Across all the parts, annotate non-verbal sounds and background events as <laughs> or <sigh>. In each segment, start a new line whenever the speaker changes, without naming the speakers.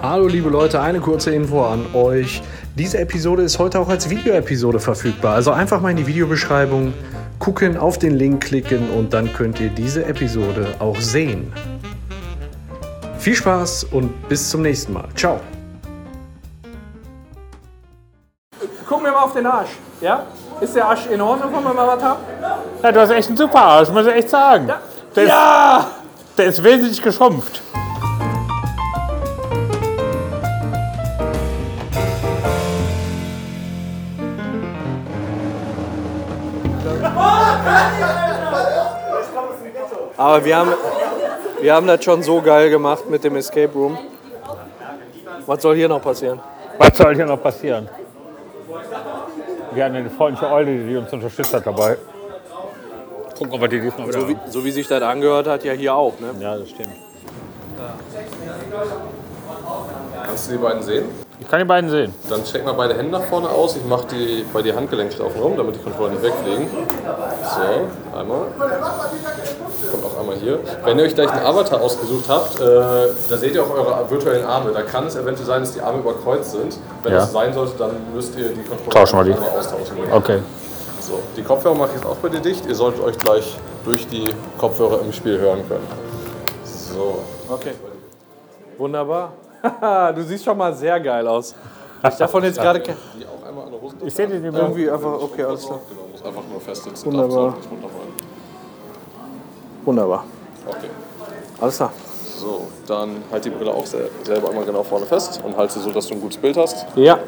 Hallo liebe Leute, eine kurze Info an euch. Diese Episode ist heute auch als Videoepisode verfügbar. Also einfach mal in die Videobeschreibung gucken, auf den Link klicken und dann könnt ihr diese Episode auch sehen. Viel Spaß und bis zum nächsten Mal. Ciao.
Guck mir mal auf den Arsch. Ja? Ist der Arsch in Ordnung, wenn wir mal was haben?
Ja, du hast echt einen super Arsch, muss ich echt sagen. Der, Ist, der ist wesentlich geschrumpft.
Aber wir haben, wir haben das schon so geil gemacht mit dem Escape Room. Was soll hier noch passieren?
Was soll hier noch passieren? Wir hatten eine freundliche Eule, die uns unterstützt hat dabei. Gucken, ob wir die diesmal wieder
So wie, so wie sich das angehört hat, ja hier auch. Ne?
haben. Ja, das stimmt.
Kannst du die beiden sehen?
Ich kann die beiden sehen.
Dann steck mal beide Hände nach vorne aus. Ich mache die bei dir Handgelenkstaufen rum, damit die Kontrollen nicht wegfliegen. So, einmal. Kommt auch einmal hier. Wenn ihr euch gleich einen Avatar ausgesucht habt, äh, da seht ihr auch eure virtuellen Arme. Da kann es eventuell sein, dass die Arme überkreuzt sind. Wenn
Ja.
das sein sollte, dann müsst ihr die Kontrollen
Tauschen wir die.
einmal austauschen.
Okay.
So, die Kopfhörer mache ich jetzt auch bei dir dicht. Ihr solltet euch gleich durch die Kopfhörer im Spiel hören können. So.
Okay. Wunderbar. Haha, du siehst schon mal sehr geil aus. Ich davon jetzt gerade ke-
Die auch einmal an der Hose
Ich sehe die übrigens.
irgendwie einfach, okay, alles klar.
Genau, muss einfach nur festsitzen.
Wunderbar.
Darf es auch nicht runterfallen.
Wunderbar.
Okay.
Alles klar.
So, dann halt die Brille auch sel- selber einmal genau vorne fest und halt sie so, dass du ein gutes Bild hast.
Ja.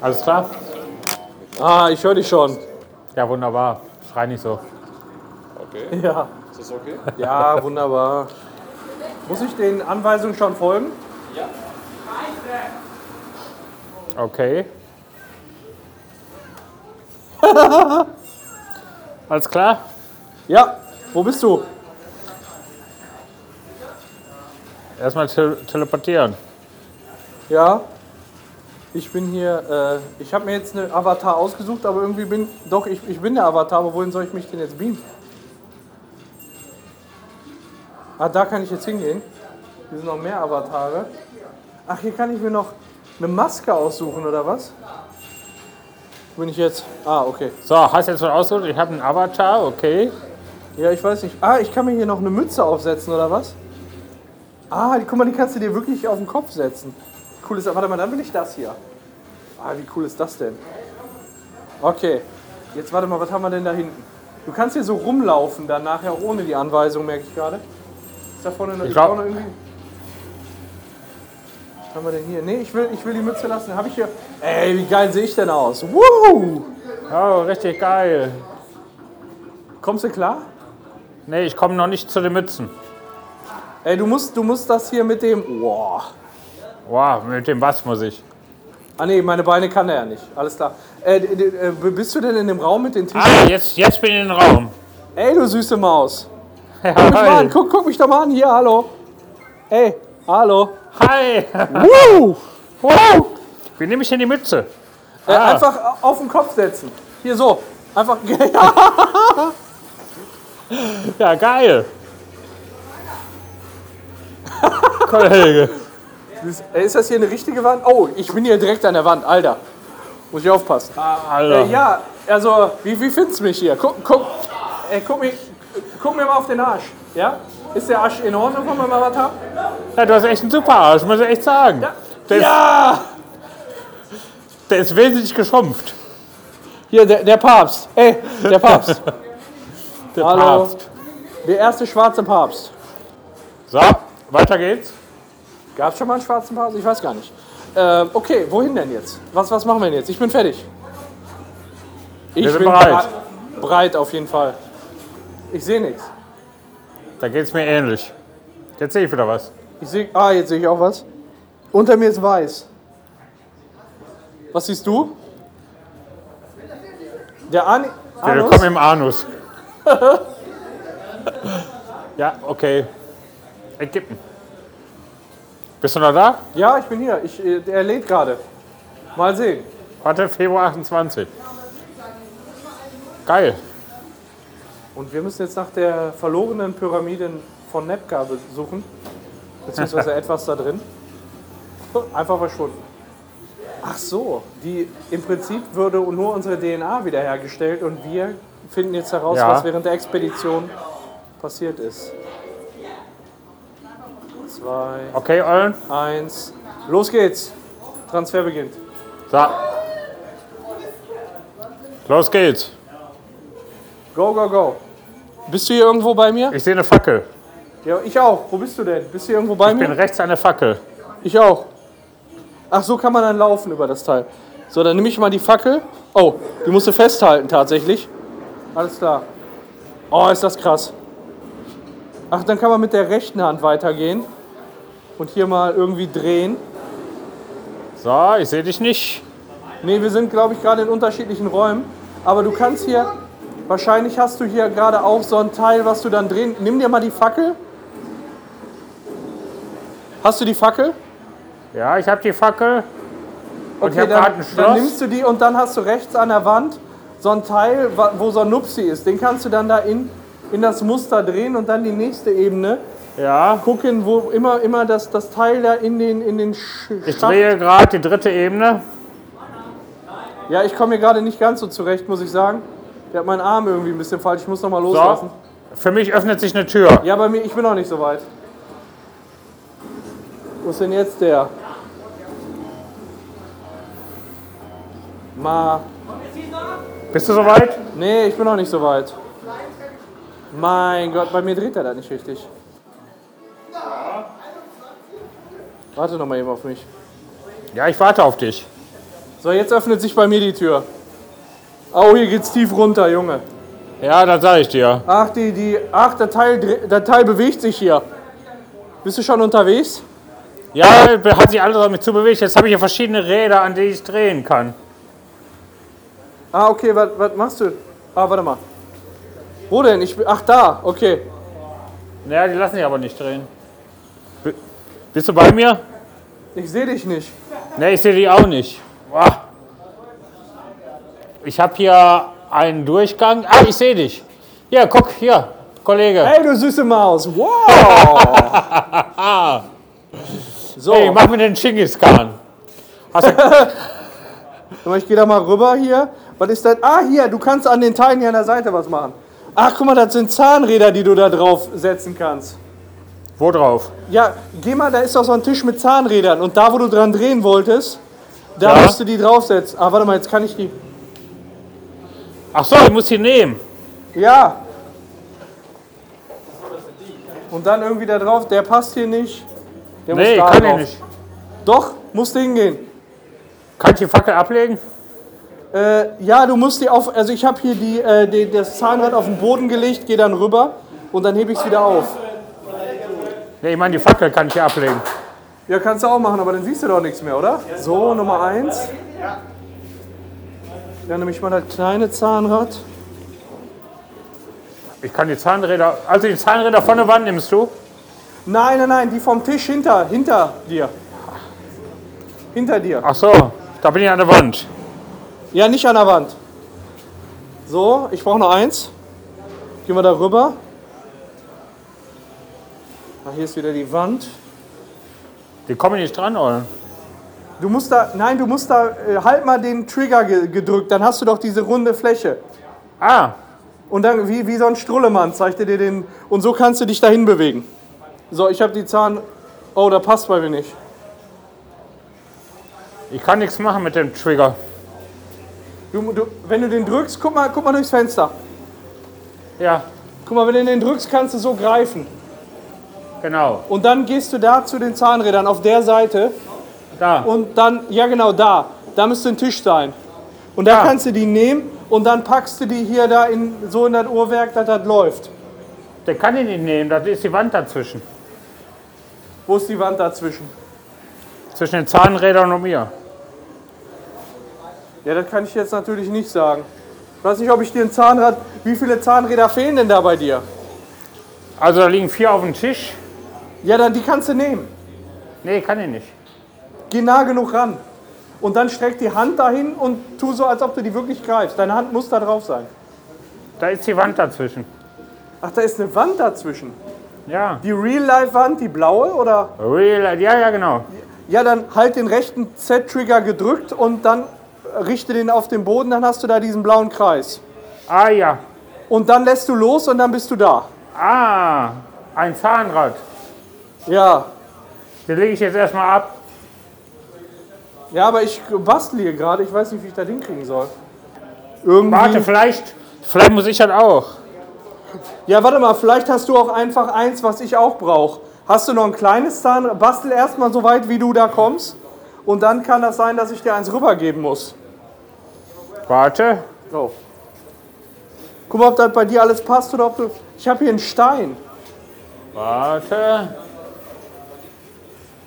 Alles klar?
Ah, ich höre dich schon.
Ja, wunderbar. Schrei nicht so.
Okay.
Ja.
Ist das okay?
Ja, <laughs> wunderbar. Muss ich den Anweisungen schon folgen?
Okay. <laughs> Alles klar?
Ja. Wo bist du?
Erstmal te teleportieren.
Ja. Ich bin hier, äh, ich habe mir jetzt einen Avatar ausgesucht, aber irgendwie bin, doch, ich, ich bin der Avatar, aber wohin soll ich mich denn jetzt beamen? Ah, da kann ich jetzt hingehen. Hier sind noch mehr Avatare. Ach, hier kann ich mir noch eine Maske aussuchen, oder was? Wo Bin ich jetzt? Ah, okay.
So, hast jetzt schon ausgesucht? Ich habe einen Avatar, okay.
Ja, ich weiß nicht. Ah, ich kann mir hier noch eine Mütze aufsetzen, oder was? Ah, die- guck mal, die kannst du dir wirklich auf den Kopf setzen. Cool ist, warte mal, dann will ich das hier. Ah, wie cool ist das denn? Okay, jetzt warte mal, was haben wir denn da hinten? Du kannst hier so rumlaufen, dann nachher auch ohne die Anweisung, merke ich gerade. Ist da vorne noch,
Ich
ist
glaub-
vorne irgendwie... Was haben wir denn hier? Nee, ich will, ich will die Mütze lassen. Habe ich hier... Ey, wie geil sehe ich denn aus? Woo!
Oh, richtig geil.
Kommst du klar?
Nee, ich komme noch nicht zu den Mützen.
Ey, du musst, du musst das hier mit dem... Wow.
Wow, mit dem was muss ich?
Ah nee, meine Beine kann er ja nicht. Alles klar. Äh, d- d- äh, bist du denn in dem Raum mit den Tischen?
Ah, jetzt, jetzt bin ich in den Raum.
<laughs> Ey, du süße Maus. Guck mich, mal
Hi.
an. Guck, guck mich doch mal an. Hier, hallo. Ey, hallo.
Hi. <laughs>
Woo!
Wow. Wie nehme ich denn die Mütze?
Äh,
Ah.
Einfach auf den Kopf setzen. Hier so. Einfach. <laughs> Ja.
Ja, <laughs> geil. Kollege.
Ey, Ist das hier eine richtige Wand? Oh, ich bin hier direkt an der Wand. Alter. Muss ich aufpassen.
Alter.
Äh, ja, also, wie, wie findest du mich hier? Guck, guck, ey, guck, mich, guck mir mal auf den Arsch. Ja? Ist der Arsch in Ordnung, wenn wir mal was haben?
Ja, du hast echt einen super Arsch, muss ich echt sagen. Der,
Ja!
Ist, der ist wesentlich geschrumpft.
Hier, der, der Papst. Ey, der <laughs> Papst.
Der
Hallo.
Papst.
Der erste schwarze Papst.
So, weiter geht's.
Gab's schon mal einen schwarzen Papst? Ich weiß gar nicht. Ähm, okay, wohin denn jetzt? Was, was machen wir denn jetzt? Ich bin fertig. Ich
sind bereit.
bere- Bereit auf jeden Fall. Ich sehe nichts.
Da geht's mir ähnlich. Jetzt sehe ich wieder was.
Ich seh, ah, jetzt sehe ich auch was. Unter mir ist weiß. Was siehst du? Der An Anus?
Willkommen
<laughs>
im Anus. ja, okay. Ägypten. Bist du noch da?
Ja, ich bin hier. Ich, äh, er lädt gerade. Mal sehen.
Warte, Februar 28. Geil.
Und wir müssen jetzt nach der <laughs> verlorenen Pyramide von Nepka suchen. Beziehungsweise etwas da drin. Einfach verschwunden. Ach so, die im Prinzip würde nur unsere DNA wiederhergestellt und wir finden jetzt heraus,
Ja.
was während der Expedition passiert ist. Zwei,
Okay, Eulen?
eins, los geht's! Transfer beginnt.
So. Los geht's.
Go, go, go! Bist du hier irgendwo bei mir?
Ich sehe eine Fackel.
Ja, ich auch. Wo bist du denn? Bist du hier irgendwo bei
Ich
mir?
bin rechts an der Fackel.
Ich auch. Ach, so kann man dann laufen über das Teil. So, dann nehme ich mal die Fackel. Oh, die musst du festhalten tatsächlich. Alles klar. Oh, ist das krass. Ach, dann kann man mit der rechten Hand weitergehen. Und hier mal irgendwie drehen.
So, ich sehe dich nicht.
Nee, wir sind, glaube ich, gerade in unterschiedlichen Räumen. Aber du kannst hier, wahrscheinlich hast du hier gerade auch so ein Teil, was du dann drehen. Nimm dir mal die Fackel. Hast du die Fackel?
Ja, ich habe die Fackel. Und ich habe
dann,
gerade ein
dann
Schloss.
nimmst du die und dann hast du rechts an der Wand so ein Teil, wa- wo so ein Nupsi ist. Den kannst du dann da in, in das Muster drehen und dann die nächste Ebene
Ja,
gucken, wo immer, immer das, das Teil da in den, in den Sch-
ich
Schacht-
drehe gerade die dritte Ebene.
Ja, ich komme hier gerade nicht ganz so zurecht, muss ich sagen. Der hat meinen Arm irgendwie ein bisschen falsch. Ich muss nochmal loslassen.
Für mich öffnet sich eine Tür.
Ja, bei mir, ich bin noch nicht so weit. Wo ist denn jetzt der? Ma.
Bist du soweit?
Nee, ich bin noch nicht so weit. Mein Gott, bei mir dreht er da nicht richtig. Warte noch mal eben auf mich.
Ja, ich warte auf dich.
So, jetzt öffnet sich bei mir die Tür. Au, hier geht's tief runter, Junge.
Ja, das sage ich dir.
Ach, die, die, ach, der Teil, dre- der Teil bewegt sich hier. Bist du schon unterwegs?
Ja, hat sich alles auf mich zubewegt. Jetzt habe ich hier verschiedene Räder, an die ich drehen kann.
Ah, okay, was, was machst du? Ah, warte mal. Wo denn? Ich, bin- ach, da, okay.
Naja, die lassen sich aber nicht drehen. B bist du bei mir?
Ich sehe dich nicht.
Ne, ich sehe die auch nicht. Boah. Ich habe hier einen Durchgang. Ah, ich sehe dich. Ja, guck, hier, Kollege.
Hey, du süße Maus. Wow. so.
Hey, mach mir den Chingis Khan. Hast du,
Guck mal, Ich gehe da mal rüber hier. Was ist das? Ah, hier, du kannst an den Teilen hier an der Seite was machen. Ach, guck mal, das sind Zahnräder, die du da drauf setzen kannst.
wo drauf?
Ja, geh mal, da ist doch so ein Tisch mit Zahnrädern. Und da, wo du dran drehen wolltest, da
Ja.
musst du die draufsetzen. Ah, warte mal, jetzt kann ich die.
Ach so, ich muss die nehmen.
Ja. Und dann irgendwie da drauf, der passt hier nicht. Der
Nee,
da
kann ich
drauf.
nicht.
Doch, musst du hingehen.
Kann ich die Fackel ablegen?
Äh, ja, du musst die auf. Also ich habe hier die, äh, die, das Zahnrad auf den Boden gelegt, gehe dann rüber und dann hebe ich es wieder auf.
Nee, ich meine, die Fackel kann ich hier ablegen.
Ja, kannst du auch machen, aber dann siehst du doch nichts mehr, oder? So, Nummer eins. Dann nehme ich mal das kleine Zahnrad.
Ich kann die Zahnräder. Also die Zahnräder von der Wand nimmst du?
Nein, nein, nein, die vom Tisch hinter, hinter dir. Hinter dir.
Ach so, da bin ich an der Wand.
Ja, nicht an der Wand. So, ich brauche noch eins. Gehen wir da rüber. Ah, hier ist wieder die Wand.
Die kommen nicht dran, oder?
Du musst da, nein, du musst da, äh, halt mal den Trigger ge gedrückt, dann hast du doch diese runde Fläche.
Ah,
Und dann, wie, wie so ein Strullemann, zeigt er dir den, und so kannst du dich dahin bewegen. So, ich habe die Zahn, oh, da passt bei mir nicht.
ich kann nichts machen mit dem Trigger.
Du, du, wenn du den drückst, guck mal, guck mal durchs Fenster.
Ja,
Guck mal, wenn du den drückst, kannst du so greifen.
genau.
Und dann gehst du da zu den Zahnrädern auf der Seite
Da.
und dann, ja genau, da, da müsste ein Tisch sein. Und da
Ah.
kannst du die nehmen und dann packst du die hier da in, so in das Uhrwerk, dass das läuft.
Der kann ihn nicht nehmen, da ist die Wand dazwischen.
Wo ist die Wand dazwischen?
Zwischen den Zahnrädern und mir.
Ja, das kann ich jetzt natürlich nicht sagen. Ich weiß nicht, ob ich dir ein Zahnrad. Wie viele Zahnräder fehlen denn da bei dir?
Also da liegen vier auf dem Tisch.
Ja, dann die kannst du nehmen.
Nee, kann ich nicht.
Geh nah genug ran. Und dann streck die Hand dahin und tu so, als ob du die wirklich greifst. Deine Hand muss da drauf sein.
Da ist die Wand dazwischen.
Ach, da ist eine Wand dazwischen.
Ja.
Die Real-Life-Wand, die blaue, oder?
Real, ja, ja, genau.
Ja, dann halt den rechten Z-Trigger gedrückt und dann richte den auf den Boden, dann hast du da diesen blauen Kreis.
Ah ja.
Und dann lässt du los und dann bist du da.
Ah, ein Zahnrad.
Ja.
Den lege ich jetzt erstmal ab.
Ja, aber ich bastle hier gerade, ich weiß nicht, wie ich das hinkriegen soll. Irgendwie.
Warte, vielleicht, vielleicht muss ich das auch.
Ja, warte mal, vielleicht hast du auch einfach eins, was ich auch brauche. Hast du noch ein kleines Zahn? Bastel erstmal so weit, wie du da kommst. Und dann kann das sein, dass ich dir eins rübergeben muss.
Warte.
Oh. Guck mal, ob das bei dir alles passt oder ob du. Ich habe hier einen Stein.
Warte.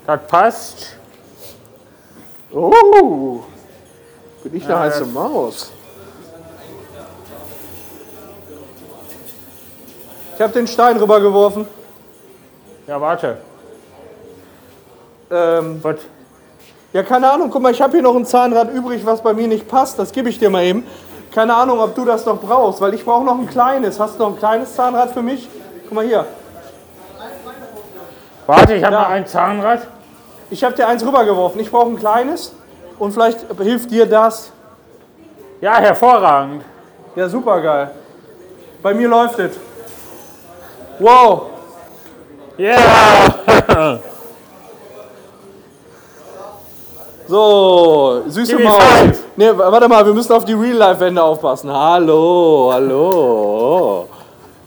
Das passt.
Oh. Bin ich eine heiße Maus? Ich habe den Stein rübergeworfen.
Ja, warte.
Ähm,
Was?
ja, keine Ahnung. Guck mal, ich habe hier noch ein Zahnrad übrig, was bei mir nicht passt. Das gebe ich dir mal eben. Keine Ahnung, ob du das noch brauchst, weil ich brauche noch ein kleines. Hast du noch ein kleines Zahnrad für mich? Guck mal hier.
Warte, ich habe
Ja.
noch ein Zahnrad.
Ich habe dir eins rübergeworfen. Ich brauche ein kleines. Und vielleicht hilft dir das.
Ja, hervorragend.
Ja, super geil. Bei mir läuft es. Wow.
Yeah!
So, süße
Gib mir
Maus.
five.
Nee, wa- warte mal, wir müssen auf die Real-Life-Wände aufpassen. Hallo, hallo.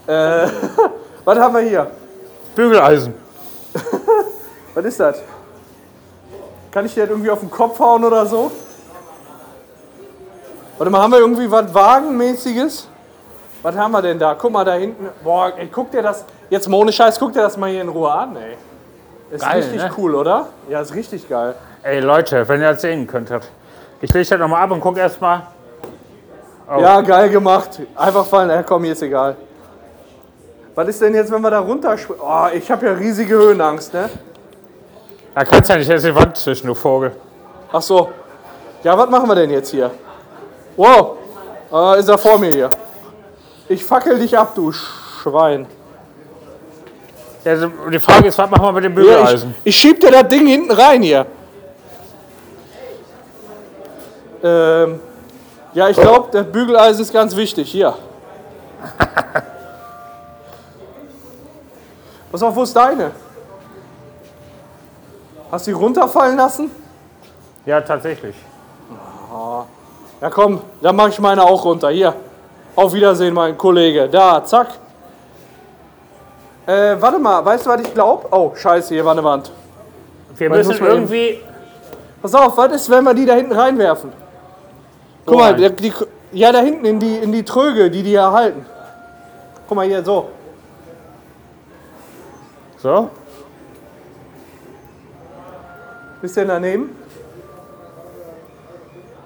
äh, <laughs> was haben wir hier?
Bügeleisen.
Was ist das? Kann ich dir das irgendwie auf den Kopf hauen oder so? Warte mal, haben wir irgendwie was Wagenmäßiges? Was haben wir denn da? Guck mal da hinten. Boah, ey, guck dir das. Jetzt mal ohne Scheiß, guck dir das mal hier in Ruhe an, ey. Ist
Geil,
richtig
ne?
cool, oder? Ja, ist richtig geil.
Ey Leute, wenn ihr das sehen könntet. Ich lege das nochmal ab und guck erstmal. Oh.
Ja, geil gemacht. Einfach fallen. Ja, komm, mir ist egal. Was ist denn jetzt, wenn wir da runterspringen? Oh, ich habe ja riesige Höhenangst, ne?
Da kannst du ja nicht erst die Wand zwischen, du Vogel.
Ach so. Ja, was machen wir denn jetzt hier? Wow, äh, ist er vor mir hier. Ich fackel dich ab, du Schwein.
Also die Frage ist, was machen wir mit dem
Ja, ich,
Bügeleisen?
ich schieb dir das Ding hinten rein hier. Ähm, ja, ich glaube, das Bügeleisen ist ganz wichtig. Hier. <laughs> Pass auf, wo ist deine? Hast du die runterfallen lassen?
Ja, tatsächlich.
Ja komm, dann mache ich meine auch runter. Hier. Auf Wiedersehen, mein Kollege. Da, zack. Äh, warte mal, weißt du, was ich glaube? Oh, scheiße, hier war eine Wand.
Wir
Warte,
müssen
muss man
irgendwie.
Pass auf, was ist, wenn wir die da hinten reinwerfen? Guck
Wo
mal,
rein?
der- die, ja, da hinten in die, in die Tröge, die die hier halten. Guck mal hier, so.
So?
Bisschen daneben.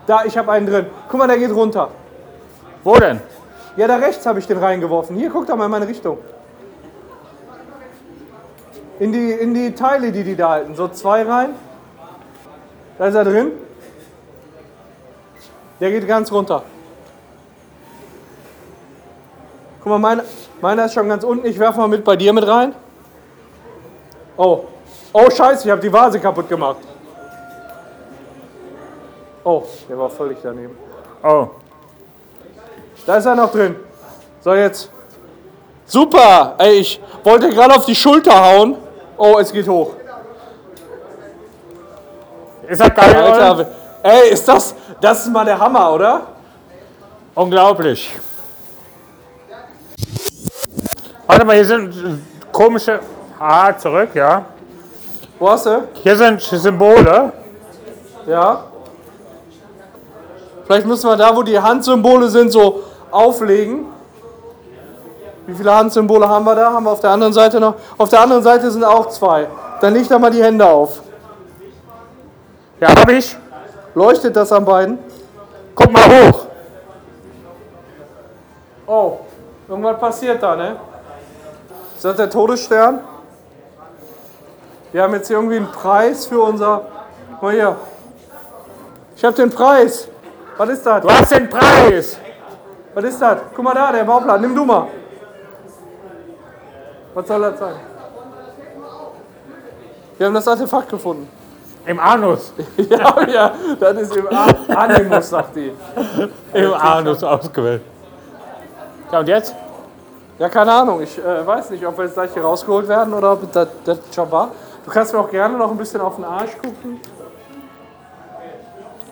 Da, ich habe einen drin. Guck mal, der geht runter.
Wo denn?
Ja, da rechts habe ich den reingeworfen. Hier, guck doch mal in meine Richtung. In die, in die Teile, die die da halten. So zwei rein. Da ist er drin. Der geht ganz runter. Guck mal, mein, meiner ist schon ganz unten. Ich werfe mal mit bei dir mit rein. Oh. Oh, scheiße, ich habe die Vase kaputt gemacht. Oh, der war völlig daneben.
Oh.
Da ist er noch drin. So, jetzt. Super! Ey, ich wollte gerade auf die Schulter hauen. Oh, es geht hoch.
Ist das geil,
Alter,
oder?
we- ey, ist das. Das ist mal der Hammer, oder?
Unglaublich. Warte mal, hier sind äh, komische. Ah, zurück, ja.
Wo hast du?
Hier sind Symbole.
Ja. Vielleicht müssen wir da, wo die Handsymbole sind, so auflegen. Wie viele Handsymbole haben wir da? Haben wir auf der anderen Seite noch? Auf der anderen Seite sind auch zwei. Dann leg da mal die Hände auf.
Ja, hab ich.
Leuchtet das an beiden?
Guck mal hoch.
Oh, irgendwas passiert da, ne? Ist das der Todesstern? Wir haben jetzt hier irgendwie einen Preis für unser. Guck mal hier. Ich hab den Preis. Was ist das?
Du hast den Preis.
Was ist das? Guck mal da, der Bauplan. Nimm du mal. Was soll das sein? Wir haben das Artefakt gefunden. <laughs>
Im Anus.
ja, ja, das ist im A Animus, sagt die.
Im Anus ausgewählt. Ja, und jetzt?
Ja, keine Ahnung. Ich äh, weiß nicht, ob wir jetzt gleich hier rausgeholt werden oder ob das, das schon war. Du kannst mir auch gerne noch ein bisschen auf den Arsch gucken.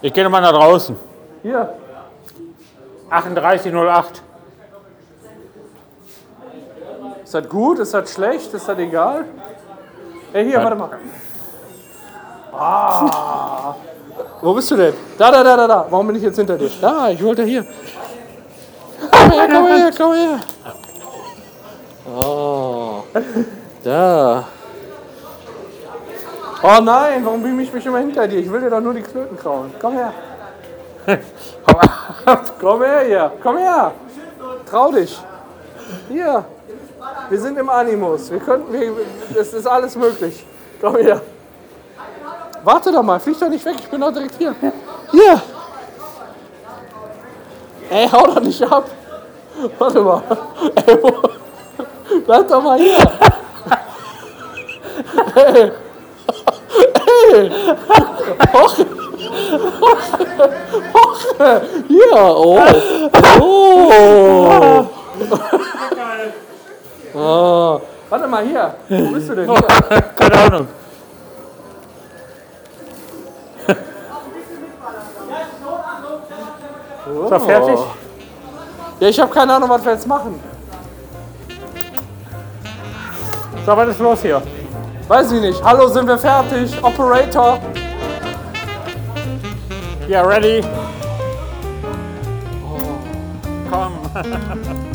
Ich gehe nochmal nach draußen.
Hier,
3808.
ist das gut? Ist das schlecht? Ist das egal? Ey, hier, warte mal. Ah. Wo bist du denn? Da, da, da, da, da. Warum bin ich jetzt hinter dir? Da, ich wollte hier. Komm her, komm her, komm her. Oh. Da. Oh nein, warum beam ich mich immer hinter dir? Ich will dir doch nur die Klöten kraulen. Komm <laughs> her. komm her hier. Komm her. Trau dich. Hier. Wir sind im Animus. Wir können, wir, es ist alles möglich. Komm her. Warte doch mal, flieg doch nicht weg, ich bin doch direkt hier. Hier! Ey, hau doch nicht ab! Warte mal. Ey, wo? Bleib doch mal hier! Ey! Ey! Hoch! Hoch! Hoch! Hier! Oh! Oh! Warte mal hier. Wo bist du denn? Hier.
Keine Ahnung. Ist er fertig?
Ja, ich habe keine Ahnung, was wir jetzt machen.
So, was ist los hier?
Weiß ich nicht. Hallo, sind wir fertig? Operator.
Yeah, ready? Komm.